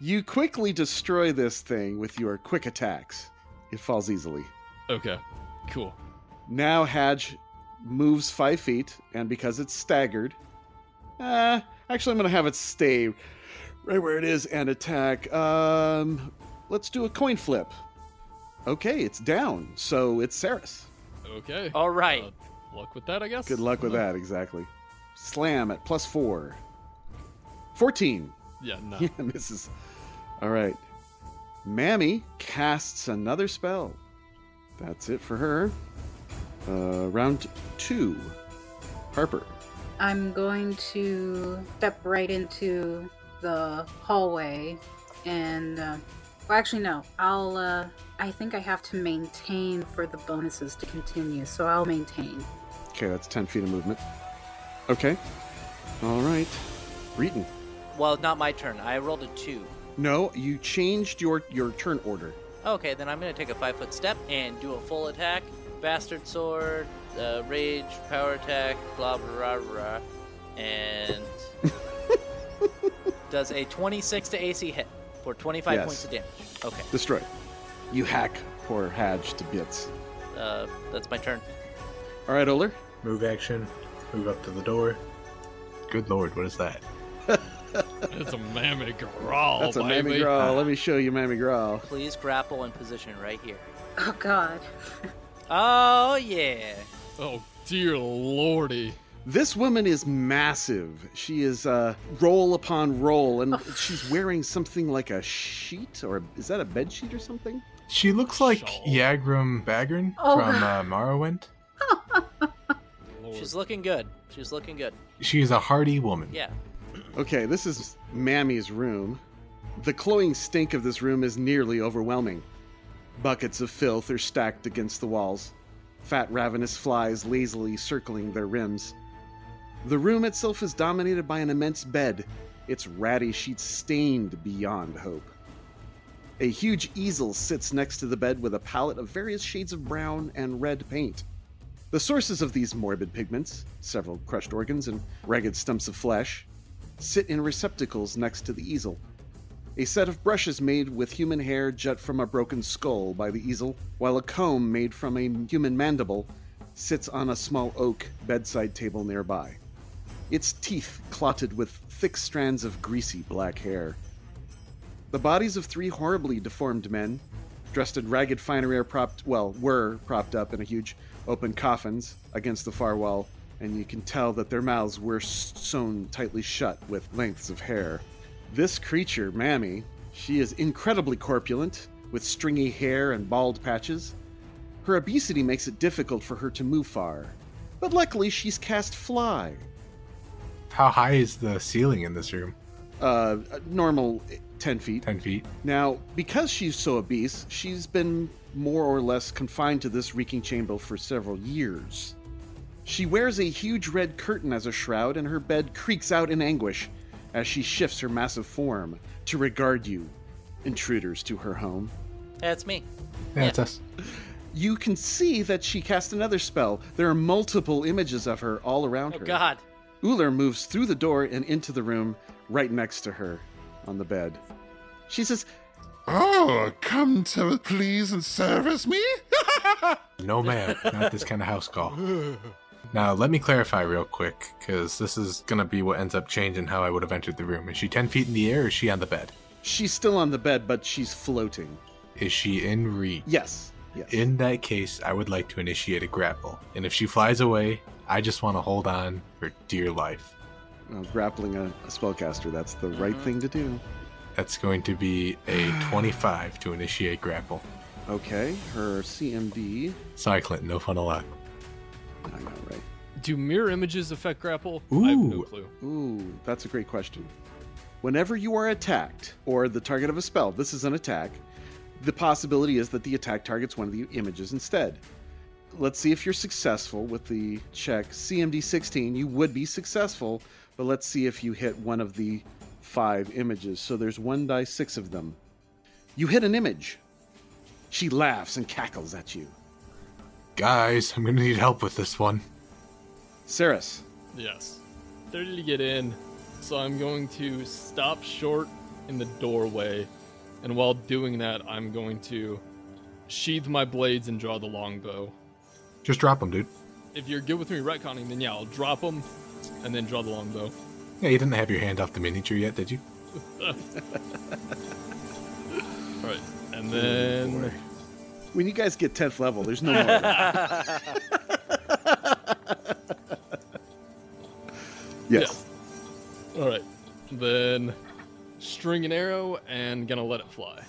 [SPEAKER 1] You quickly destroy this thing with your quick attacks. It falls easily.
[SPEAKER 3] Okay, cool.
[SPEAKER 1] Now Hadge moves five feet, and because it's staggered, uh, actually I'm gonna have it stay right where it is and attack. Um, let's do a coin flip. Okay, it's down, so it's Saris.
[SPEAKER 3] Okay.
[SPEAKER 4] All right.
[SPEAKER 3] Uh, luck with that, I guess.
[SPEAKER 1] Good luck with
[SPEAKER 3] Uh,
[SPEAKER 1] that, exactly. Slam at plus four. 14.
[SPEAKER 3] Yeah, no.
[SPEAKER 1] Yeah, misses. All right. Mammy casts another spell. That's it for her. Uh, round two. Harper.
[SPEAKER 5] I'm going to step right into the hallway and. Uh, well, actually, no. I'll. Uh, I think I have to maintain for the bonuses to continue, so I'll maintain.
[SPEAKER 1] Okay, that's 10 feet of movement. Okay. All right. Reeton.
[SPEAKER 4] Well, not my turn. I rolled a two.
[SPEAKER 1] No, you changed your, your turn order.
[SPEAKER 4] Okay, then I'm gonna take a five foot step and do a full attack. Bastard sword, uh, rage, power attack, blah blah blah, blah and does a 26 to AC hit for 25
[SPEAKER 1] Yes.
[SPEAKER 4] points of damage. Okay,
[SPEAKER 1] Destroy. You hack poor Hadge to bits.
[SPEAKER 4] uh, that's my turn.
[SPEAKER 1] All right, Oler.
[SPEAKER 2] Move action, move up to the door. Good lord, what is that?
[SPEAKER 3] That's a mammy growl.
[SPEAKER 1] That's a Mammy
[SPEAKER 3] baby.
[SPEAKER 1] Grawl. Let me show you Mammy Grawl.
[SPEAKER 4] Please grapple and position right here.
[SPEAKER 5] Oh God.
[SPEAKER 4] Oh yeah.
[SPEAKER 3] Oh dear lordy.
[SPEAKER 1] This woman is massive. She is uh, roll upon roll, and she's wearing something like a sheet, or is that a bed sheet or something?
[SPEAKER 2] She looks like
[SPEAKER 3] Shawl.
[SPEAKER 2] Yagram Bagrin
[SPEAKER 5] Oh,
[SPEAKER 2] from uh,
[SPEAKER 5] God.
[SPEAKER 2] Morrowind.
[SPEAKER 3] Lord.
[SPEAKER 4] She's looking good. She's looking good.
[SPEAKER 2] She is a hardy woman.
[SPEAKER 4] Yeah.
[SPEAKER 1] Okay, this is Mammy's room. The cloying stink of this room is nearly overwhelming. Buckets of filth are stacked against the walls, fat, ravenous flies lazily circling their rims. The room itself is dominated by an immense bed, its ratty sheets stained beyond hope. A huge easel sits next to the bed with a palette of various shades of brown and red paint. The sources of these morbid pigments, several crushed organs and ragged stumps of flesh, sit in receptacles next to the easel. A set of brushes made with human hair jut from a broken skull by the easel, while a comb made from a human mandible sits on a small oak bedside table nearby. Its teeth clotted with thick strands of greasy black hair. The bodies of three horribly deformed men, dressed in ragged finery, are propped, well, were propped up in a huge open coffins against the far wall, and you can tell that their mouths were s- sewn tightly shut with lengths of hair. This creature, Mammy, she is incredibly corpulent, with stringy hair and bald patches. Her obesity makes it difficult for her to move far, but luckily she's cast fly,
[SPEAKER 2] How high is the ceiling in this room?
[SPEAKER 1] uh, a normal 10 feet.
[SPEAKER 2] 10 feet.
[SPEAKER 1] Now, because she's so obese, she's been more or less confined to this reeking chamber for several years. She wears a huge red curtain as a shroud, and her bed creaks out in anguish as she shifts her massive form to regard you, intruders, to her home.
[SPEAKER 4] That's me.
[SPEAKER 2] Yeah, it's us.
[SPEAKER 1] You can see that she cast another spell. There are multiple images of her all around
[SPEAKER 4] Oh
[SPEAKER 1] her.
[SPEAKER 4] God.
[SPEAKER 1] Uller moves through the door and into the room right next to her on the bed. She says,
[SPEAKER 6] Oh, come to please and service me?
[SPEAKER 2] No, ma'am. Not this kind of house call. Now, let me clarify real quick, because this is going to be what ends up changing how I would have entered the room. Is she 10 feet in the air or is she on the bed?
[SPEAKER 1] She's still on the bed, but she's floating.
[SPEAKER 2] Is she in reach?
[SPEAKER 1] Yes. Yes.
[SPEAKER 2] In that case, I would like to initiate a grapple. And if she flies away, I just want to hold on for dear life.
[SPEAKER 1] Well, grappling a, a spellcaster, that's the right
[SPEAKER 4] Mhm.
[SPEAKER 1] thing to do.
[SPEAKER 2] That's going to be a 25 to initiate grapple.
[SPEAKER 1] Okay, her CMD.
[SPEAKER 2] Sorry, Clinton, no fun allowed.
[SPEAKER 1] I know, right?
[SPEAKER 3] Do mirror images affect grapple? I have no
[SPEAKER 2] Ooh.
[SPEAKER 3] clue.
[SPEAKER 1] Ooh, that's a great question. Whenever you are attacked or the target of a spell, this is an attack, the possibility is that the attack targets one of the images instead. Let's see if you're successful with the check. CMD 16, you would be successful, but let's see if you hit one of the five images. So there's one die, six of them. You hit an image. She laughs and cackles at you.
[SPEAKER 2] Guys, I'm going to need help with this one.
[SPEAKER 1] Saris,
[SPEAKER 3] Yes. 30 to get in, so I'm going to stop short in the doorway, and while doing that, I'm going to sheath my blades and draw the longbow.
[SPEAKER 2] Just drop them, dude.
[SPEAKER 3] If you're good with me retconning, then yeah, I'll drop them and then draw the longbow.
[SPEAKER 2] Yeah, you didn't have your hand off the miniature yet, did you?
[SPEAKER 3] All right, and then
[SPEAKER 1] when you guys get 10th level, there's no more. of that. yes.
[SPEAKER 3] all right, then string an arrow and gonna let it fly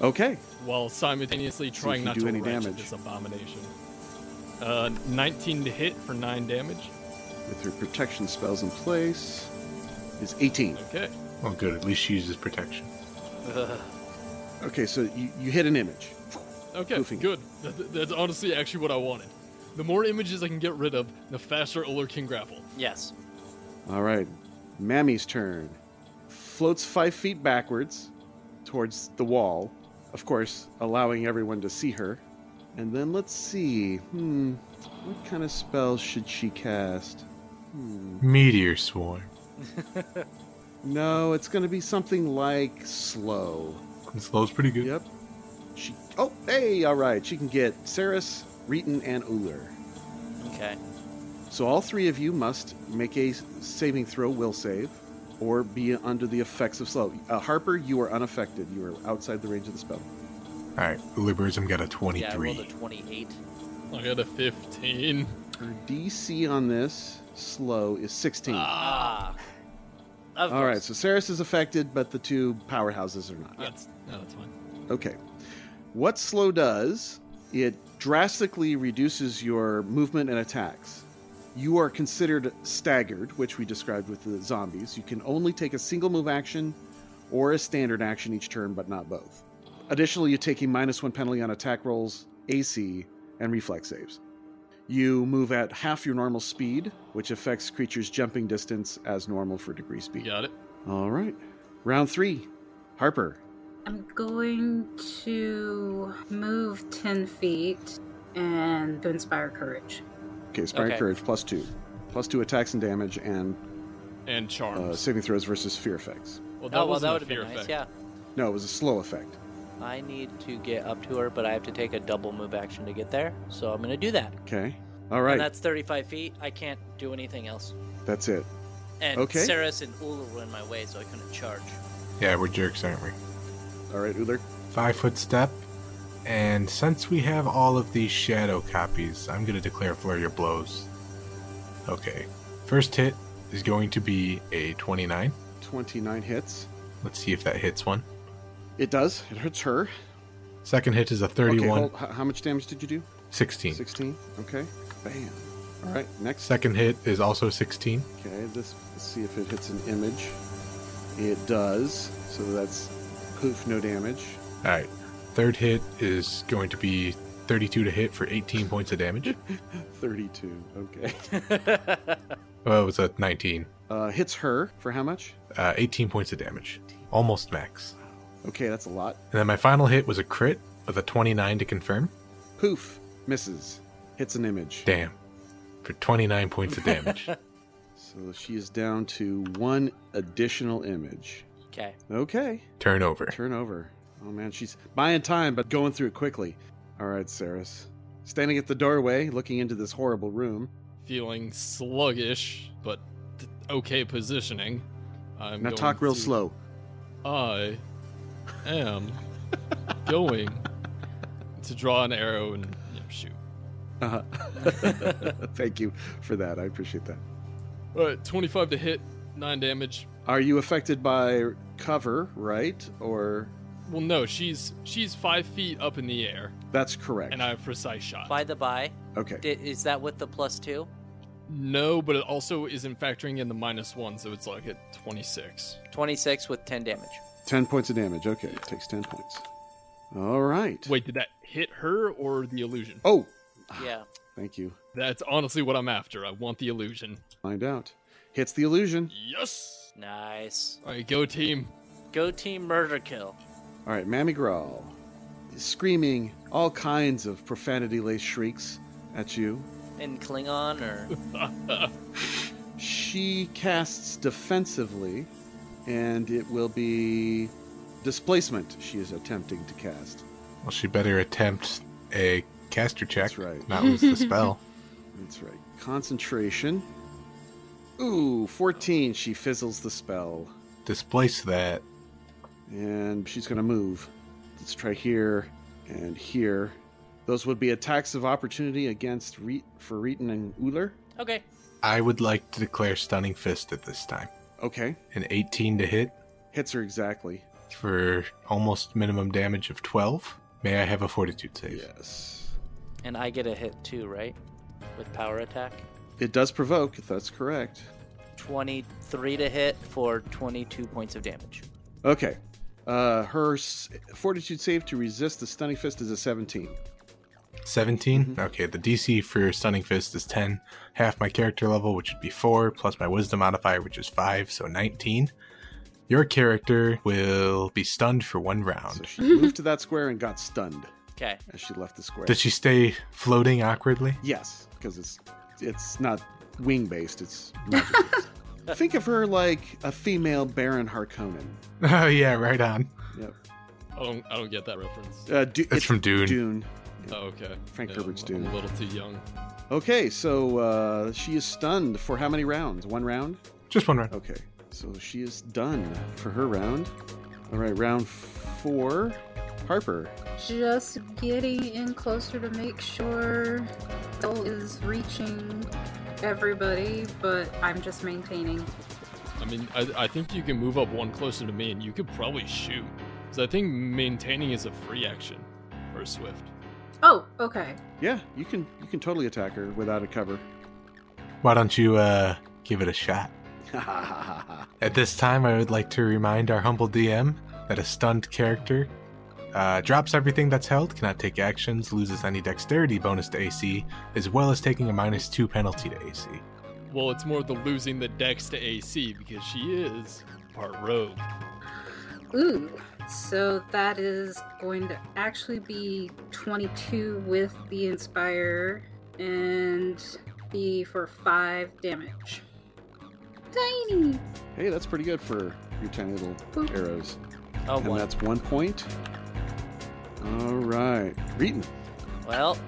[SPEAKER 1] Okay.
[SPEAKER 3] while simultaneously
[SPEAKER 1] if
[SPEAKER 3] trying
[SPEAKER 1] you
[SPEAKER 3] not
[SPEAKER 1] do
[SPEAKER 3] to
[SPEAKER 1] any
[SPEAKER 3] wrench
[SPEAKER 1] damage.
[SPEAKER 3] at this abomination. Uh, 19 to hit for nine damage.
[SPEAKER 1] with her protection spells in place is 18
[SPEAKER 3] Okay.
[SPEAKER 2] Oh, good. At least she uses protection.
[SPEAKER 4] Ugh.
[SPEAKER 1] okay so you, you hit an image
[SPEAKER 3] Okay,
[SPEAKER 1] Goofing.
[SPEAKER 3] good. That- that- that's honestly actually what I wanted. The more images I can get rid of, the faster Uller can grapple.
[SPEAKER 4] Yes.
[SPEAKER 1] all right mammy's turn floats five feet backwards towards the wall of course allowing everyone to see her and then let's see hmm what kind of spell should she cast hmm
[SPEAKER 2] Meteor swarm.
[SPEAKER 1] no it's going to be something like slow
[SPEAKER 2] This slow's pretty good.
[SPEAKER 1] yep she oh hey all right she can get Saris, Reeton, and uller
[SPEAKER 4] Okay.
[SPEAKER 1] So all three of you must make a saving throw, will save, or be under the effects of slow. Uh, Harper, you are unaffected. You are outside the range of the spell.
[SPEAKER 2] All right, Uliburism got a
[SPEAKER 4] Yeah, I
[SPEAKER 2] 23.
[SPEAKER 4] rolled a 28.
[SPEAKER 3] I got a 15.
[SPEAKER 1] Her DC on this slow is 16.
[SPEAKER 3] Ah,
[SPEAKER 4] Ah. Of
[SPEAKER 1] all right,
[SPEAKER 4] course.
[SPEAKER 1] so Saris is affected, but the two powerhouses are not.
[SPEAKER 3] that's no, that's fine.
[SPEAKER 1] Okay. What slow does, it drastically reduces your movement and attacks. You are considered staggered, which we described with the zombies. You can only take a single move action or a standard action each turn, but not both. Additionally, you take a minus one penalty on attack rolls, AC, and reflex saves. You move at half your normal speed, which affects creatures' jumping distance as normal for degree
[SPEAKER 3] You
[SPEAKER 1] speed.
[SPEAKER 3] got it.
[SPEAKER 1] All right. Round three. Harper,
[SPEAKER 5] I'm going to move 10 feet and to inspire courage.
[SPEAKER 1] Okay, inspiring
[SPEAKER 4] Okay.
[SPEAKER 1] courage plus two, plus two attacks and damage, and
[SPEAKER 3] And
[SPEAKER 1] uh,
[SPEAKER 3] charms.
[SPEAKER 1] saving throws versus fear effects.
[SPEAKER 3] well,
[SPEAKER 4] oh, well,
[SPEAKER 3] wasn't
[SPEAKER 4] that
[SPEAKER 3] a
[SPEAKER 4] would have been
[SPEAKER 3] fear
[SPEAKER 4] nice.
[SPEAKER 3] effect.
[SPEAKER 4] Yeah.
[SPEAKER 1] No, it was a slow effect.
[SPEAKER 4] I need to get up to her, but I have to take a double move action to get there. So I'm going to do that.
[SPEAKER 1] Okay, all right,
[SPEAKER 4] And
[SPEAKER 1] that's...
[SPEAKER 4] that's 35 feet. I can't do anything else.
[SPEAKER 1] it.
[SPEAKER 4] And
[SPEAKER 1] Okay.
[SPEAKER 4] Saris and Ula were in my way, so I couldn't charge.
[SPEAKER 2] Yeah, we're jerks, aren't we?
[SPEAKER 1] All right, Uller.
[SPEAKER 2] Five foot step. And since we have all of these shadow copies, I'm going to declare flurry of blows. Okay. First hit is going to be a 29.
[SPEAKER 1] 29 hits.
[SPEAKER 2] Let's see if that hits one.
[SPEAKER 1] It does. It hurts her.
[SPEAKER 2] Second hit is a 31,
[SPEAKER 1] Okay, hold, h- how much damage did you do?
[SPEAKER 2] 16.
[SPEAKER 1] 16. Okay. Bam. All right. Next.
[SPEAKER 2] Second hit is also 16.
[SPEAKER 1] Okay. This. Let's see if it hits an image. It does. So that's poof, no damage.
[SPEAKER 2] All right. Third hit is going to be 32 to hit for 18 points of damage.
[SPEAKER 1] 32. Okay.
[SPEAKER 2] Oh, it was a 19.
[SPEAKER 1] Uh, hits her for how much?
[SPEAKER 2] Uh, 18 points of damage. Almost max.
[SPEAKER 1] Okay, that's a lot.
[SPEAKER 2] And then my final hit was a crit with a 29 to confirm.
[SPEAKER 1] Poof. Misses. Hits an image.
[SPEAKER 2] Damn. For 29 points of damage.
[SPEAKER 1] So she is down to one additional image.
[SPEAKER 4] okay.
[SPEAKER 1] Okay.
[SPEAKER 2] Turnover.
[SPEAKER 1] Turnover. Oh man, she's buying time, but going through it quickly. All right, Saris. Standing at the doorway, looking into this horrible room.
[SPEAKER 3] Feeling sluggish, but t- okay positioning. I'm
[SPEAKER 1] Now
[SPEAKER 3] going
[SPEAKER 1] talk real
[SPEAKER 3] to-
[SPEAKER 1] slow.
[SPEAKER 3] I am going to draw an arrow and you know, shoot.
[SPEAKER 1] Uh-huh. Thank you for that. I appreciate that.
[SPEAKER 3] All right, 25 to hit, 9 damage.
[SPEAKER 1] Are you affected by cover, right? Or
[SPEAKER 3] Well, no, she's she's 5 feet up in the air,
[SPEAKER 1] that's correct.
[SPEAKER 3] and I have precise shot.
[SPEAKER 4] By the by,
[SPEAKER 1] okay.
[SPEAKER 4] di- is that with the plus two?
[SPEAKER 3] No, but it also isn't factoring in the minus 1, so it's like at 26.
[SPEAKER 4] 26 with 10 damage.
[SPEAKER 1] 10 points of damage. Okay. It takes 10 points. All right.
[SPEAKER 3] Wait, did that hit her or the illusion?
[SPEAKER 1] Oh,
[SPEAKER 4] Yeah.
[SPEAKER 1] thank you.
[SPEAKER 3] That's honestly what I'm after. I want the illusion.
[SPEAKER 1] Find out. Hits the illusion.
[SPEAKER 3] Yes!
[SPEAKER 4] Nice.
[SPEAKER 3] All right, go team.
[SPEAKER 4] Go team murder kill.
[SPEAKER 1] All right, Mammy Grawl is screaming all kinds of profanity laced shrieks at you.
[SPEAKER 4] In Klingon or.
[SPEAKER 1] She casts defensively, and it will be displacement she is attempting to cast.
[SPEAKER 2] Well, she better attempt a caster check.
[SPEAKER 1] That's right.
[SPEAKER 2] Not lose the spell.
[SPEAKER 1] That's right. Concentration. Ooh, 14. She fizzles the spell.
[SPEAKER 2] Displace that.
[SPEAKER 1] And she's going to move. Let's try here and here. Those would be attacks of opportunity against Re- for Reeton and Uller.
[SPEAKER 4] Okay.
[SPEAKER 2] I would like to declare Stunning Fist at this time.
[SPEAKER 1] Okay.
[SPEAKER 2] An 18 to hit
[SPEAKER 1] Hits her exactly.
[SPEAKER 2] for almost minimum damage of 12. May I have a fortitude save?
[SPEAKER 1] Yes.
[SPEAKER 4] And I get a hit too, right? With power attack.
[SPEAKER 1] It does provoke, if that's correct.
[SPEAKER 4] 23 to hit for 22 points of damage.
[SPEAKER 1] Okay. Uh, her s- fortitude save to resist the stunning fist is a 17.
[SPEAKER 2] 17? Okay, the DC for Stunning Fist is 10, half my character level, which would be 4, plus my Wisdom modifier, which is 5, so 19. Your character will be stunned for one round.
[SPEAKER 1] So she moved to that square and got stunned
[SPEAKER 4] Okay.
[SPEAKER 1] as she left the square.
[SPEAKER 2] Did she stay floating awkwardly?
[SPEAKER 1] Yes, because it's it's not wing based. It's magic based. think of her like a female Baron Harkonnen.
[SPEAKER 2] Oh, yeah, right on.
[SPEAKER 1] Yep.
[SPEAKER 3] I don't, I don't get that reference.
[SPEAKER 1] Uh, Du-
[SPEAKER 2] That's
[SPEAKER 1] it's
[SPEAKER 2] from Dune.
[SPEAKER 1] Dune.
[SPEAKER 3] Oh, okay.
[SPEAKER 1] Frank
[SPEAKER 3] Yeah,
[SPEAKER 1] Herbert's
[SPEAKER 3] I'm
[SPEAKER 1] Dune.
[SPEAKER 3] a little too young.
[SPEAKER 1] Okay, so uh, she is stunned for how many rounds? One round.
[SPEAKER 2] Just one round.
[SPEAKER 1] Okay, so she is done for her round. All right, round four. Harper.
[SPEAKER 5] Just getting in closer to make sure Dole is reaching everybody, but I'm just maintaining.
[SPEAKER 3] I mean, I, I think you can move up one closer to me, and you could probably shoot. Because I think maintaining is a free action for Swift.
[SPEAKER 5] Oh, okay.
[SPEAKER 1] Yeah, you can you can totally attack her without a cover.
[SPEAKER 2] Why don't you uh, give it a shot? At this time, I would like to remind our humble DM that a stunned character uh, drops everything that's held, cannot take actions, loses any dexterity bonus to AC, as well as taking a minus two penalty to AC.
[SPEAKER 3] Well, it's more the losing the dex to AC because she is part rogue.
[SPEAKER 5] Ooh. So that is going to actually be 22 with the Inspire and be for 5 damage. Tiny!
[SPEAKER 1] hey, that's pretty good for your tiny little
[SPEAKER 5] Boop.
[SPEAKER 1] arrows.
[SPEAKER 4] Oh,
[SPEAKER 1] and
[SPEAKER 4] one.
[SPEAKER 1] that's one point. All right, Reeton.
[SPEAKER 4] Well,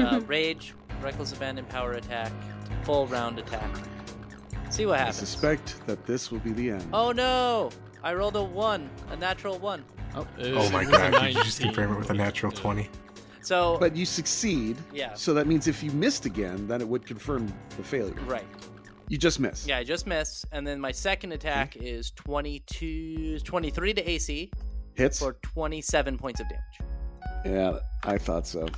[SPEAKER 4] uh, rage, reckless abandon, power attack, full round attack. See what
[SPEAKER 1] I
[SPEAKER 4] happens.
[SPEAKER 1] suspect that this will be the end.
[SPEAKER 4] Oh no! I rolled a one, a natural one.
[SPEAKER 2] Oh my god, you just confirm it with a natural 20.
[SPEAKER 4] So
[SPEAKER 1] But you succeed.
[SPEAKER 4] Yeah.
[SPEAKER 1] So that means if you missed again, then it would confirm the failure.
[SPEAKER 4] right.
[SPEAKER 1] You just miss.
[SPEAKER 4] Yeah, I just miss. And then my second
[SPEAKER 1] Hmm.
[SPEAKER 4] attack is 22, 23 to AC
[SPEAKER 1] Hits.
[SPEAKER 4] for 27 points of damage.
[SPEAKER 1] Yeah, I thought so.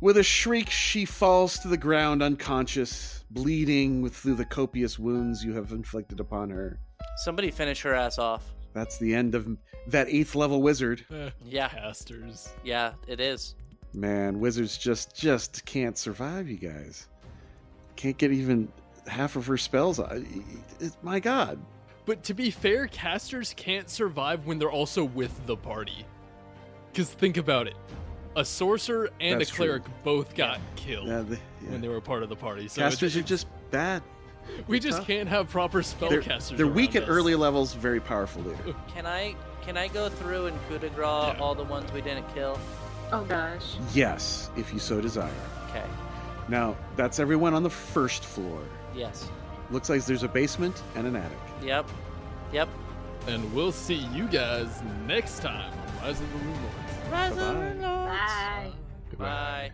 [SPEAKER 1] With a shriek, she falls to the ground unconscious, bleeding with through the copious wounds you have inflicted upon her.
[SPEAKER 4] Somebody finish her ass off.
[SPEAKER 1] That's the end of that eighth level wizard.
[SPEAKER 3] Eh,
[SPEAKER 4] Yeah,
[SPEAKER 3] Casters.
[SPEAKER 4] yeah, it is.
[SPEAKER 1] Man, wizards just just can't survive, you guys. Can't get even half of her spells. I- It's, my God,
[SPEAKER 3] But to be fair, casters can't survive when they're also with the party. Because think about it. A sorcerer and
[SPEAKER 1] That's
[SPEAKER 3] a
[SPEAKER 1] true.
[SPEAKER 3] cleric both got killed
[SPEAKER 1] Yeah, the- yeah.
[SPEAKER 3] when they were part of the party. So
[SPEAKER 1] casters are
[SPEAKER 3] it's-
[SPEAKER 1] just bad.
[SPEAKER 3] we just
[SPEAKER 1] tough.
[SPEAKER 3] can't have proper
[SPEAKER 1] They're,
[SPEAKER 3] spellcasters.
[SPEAKER 1] they're weak
[SPEAKER 3] around
[SPEAKER 1] at
[SPEAKER 3] us.
[SPEAKER 1] early levels, very powerful later.
[SPEAKER 4] Can I can I go through and coup de grace
[SPEAKER 3] Yeah.
[SPEAKER 4] all the ones we didn't kill?
[SPEAKER 5] Oh gosh.
[SPEAKER 1] Yes, if you so desire.
[SPEAKER 4] Okay.
[SPEAKER 1] Now that's everyone on the first floor.
[SPEAKER 4] Yes.
[SPEAKER 1] Looks like there's a basement and an attic.
[SPEAKER 4] Yep. Yep.
[SPEAKER 3] And we'll see you guys next time on Rise of the Moon Lords.
[SPEAKER 1] Bye-bye.
[SPEAKER 5] Bye.
[SPEAKER 4] Bye.